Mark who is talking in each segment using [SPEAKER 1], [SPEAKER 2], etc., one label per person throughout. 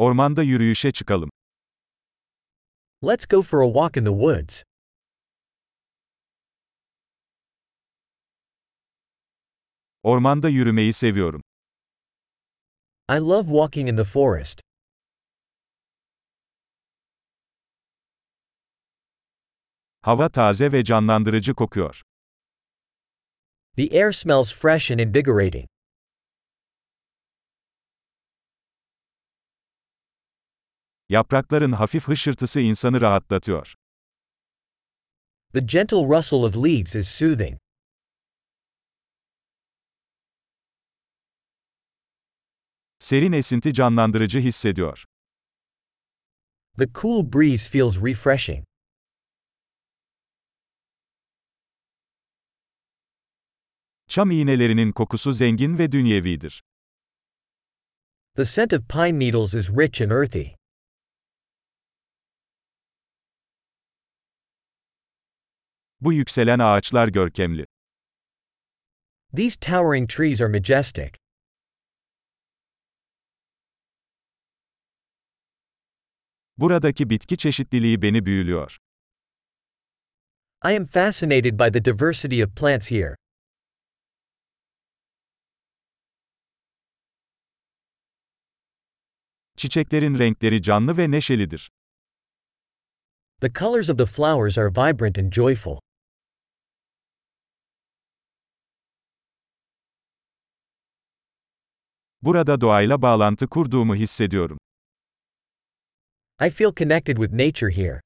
[SPEAKER 1] Ormanda yürüyüşe çıkalım.
[SPEAKER 2] Let's go for a walk in the woods.
[SPEAKER 1] Ormanda yürümeyi seviyorum.
[SPEAKER 2] I love walking in the forest.
[SPEAKER 1] Hava taze ve canlandırıcı kokuyor.
[SPEAKER 2] The air smells fresh and invigorating.
[SPEAKER 1] Yaprakların hafif hışırtısı insanı rahatlatıyor.
[SPEAKER 2] The gentle rustle of leaves is soothing.
[SPEAKER 1] Serin esinti canlandırıcı hissediyor.
[SPEAKER 2] The cool breeze feels refreshing.
[SPEAKER 1] Çam iğnelerinin kokusu zengin ve dünyevidir.
[SPEAKER 2] The scent of pine needles is rich and earthy.
[SPEAKER 1] Bu yükselen ağaçlar görkemli.
[SPEAKER 2] These towering trees are majestic.
[SPEAKER 1] Buradaki bitki çeşitliliği beni büyülüyor.
[SPEAKER 2] I am fascinated by the diversity of plants here.
[SPEAKER 1] Çiçeklerin renkleri canlı ve neşelidir.
[SPEAKER 2] The colors of the flowers are vibrant and joyful.
[SPEAKER 1] Burada doğayla bağlantı kurduğumu hissediyorum.
[SPEAKER 2] I feel connected with nature here.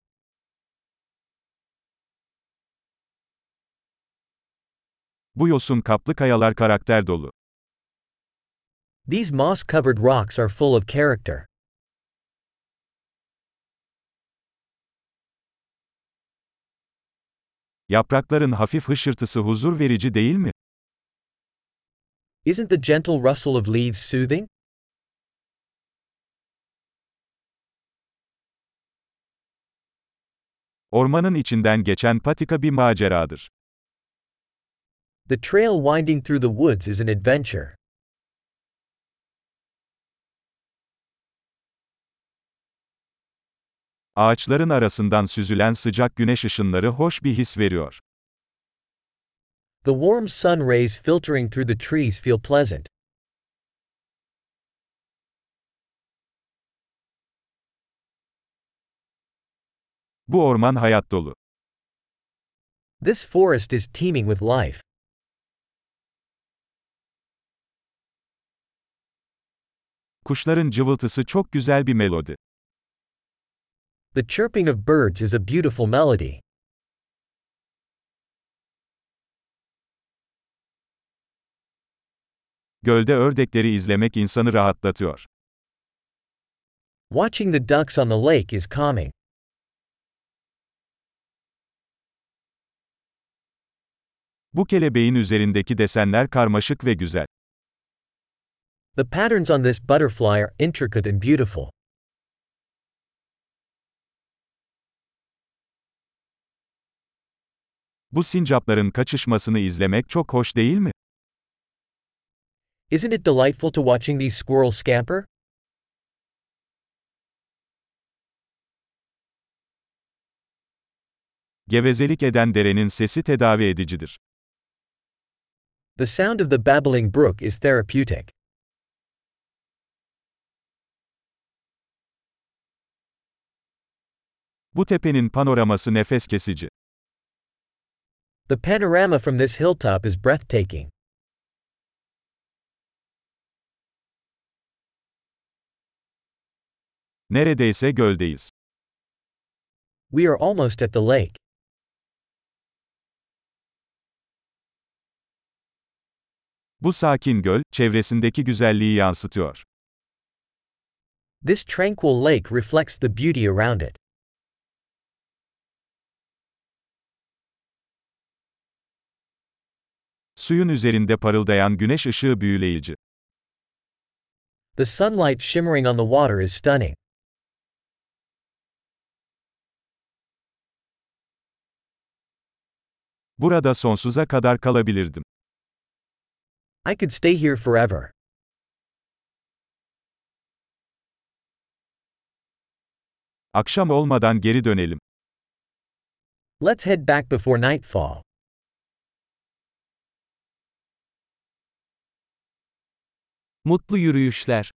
[SPEAKER 1] Bu yosun kaplı kayalar karakter dolu.
[SPEAKER 2] These moss covered rocks are full of character.
[SPEAKER 1] Yaprakların hafif hışırtısı huzur verici değil mi?
[SPEAKER 2] Isn't the gentle rustle of leaves soothing?
[SPEAKER 1] Ormanın içinden geçen patika bir maceradır.
[SPEAKER 2] The trail winding through the woods is an adventure.
[SPEAKER 1] Ağaçların arasından süzülen sıcak güneş ışınları hoş bir his veriyor.
[SPEAKER 2] The warm sun rays filtering through the trees feel pleasant.
[SPEAKER 1] Bu orman hayat dolu.
[SPEAKER 2] This forest is teeming with life.
[SPEAKER 1] Kuşların cıvıltısı çok güzel bir melodi.
[SPEAKER 2] The chirping of birds is a beautiful melody.
[SPEAKER 1] Gölde ördekleri izlemek insanı rahatlatıyor.
[SPEAKER 2] Watching the ducks on the lake is calming.
[SPEAKER 1] Bu kelebeğin üzerindeki desenler karmaşık ve güzel.
[SPEAKER 2] The patterns on this butterfly are intricate and beautiful.
[SPEAKER 1] Bu sincapların kaçışmasını izlemek çok hoş değil mi?
[SPEAKER 2] Isn't it delightful to watching these squirrels scamper?
[SPEAKER 1] Gevezelik eden derenin sesi tedavi edicidir.
[SPEAKER 2] The sound of the babbling brook is therapeutic.
[SPEAKER 1] Bu tepenin panoraması nefes kesici.
[SPEAKER 2] The panorama from this hilltop is breathtaking.
[SPEAKER 1] Neredeyse göldeyiz.
[SPEAKER 2] We are almost at the lake.
[SPEAKER 1] Bu sakin göl, çevresindeki güzelliği yansıtıyor.
[SPEAKER 2] This tranquil lake reflects the beauty around it.
[SPEAKER 1] Suyun üzerinde parıldayan güneş ışığı büyüleyici.
[SPEAKER 2] The sunlight shimmering on the water is stunning.
[SPEAKER 1] Burada sonsuza kadar kalabilirdim.
[SPEAKER 2] I could stay here forever.
[SPEAKER 1] Akşam olmadan geri dönelim.
[SPEAKER 2] Let's head back before nightfall.
[SPEAKER 3] Mutlu yürüyüşler.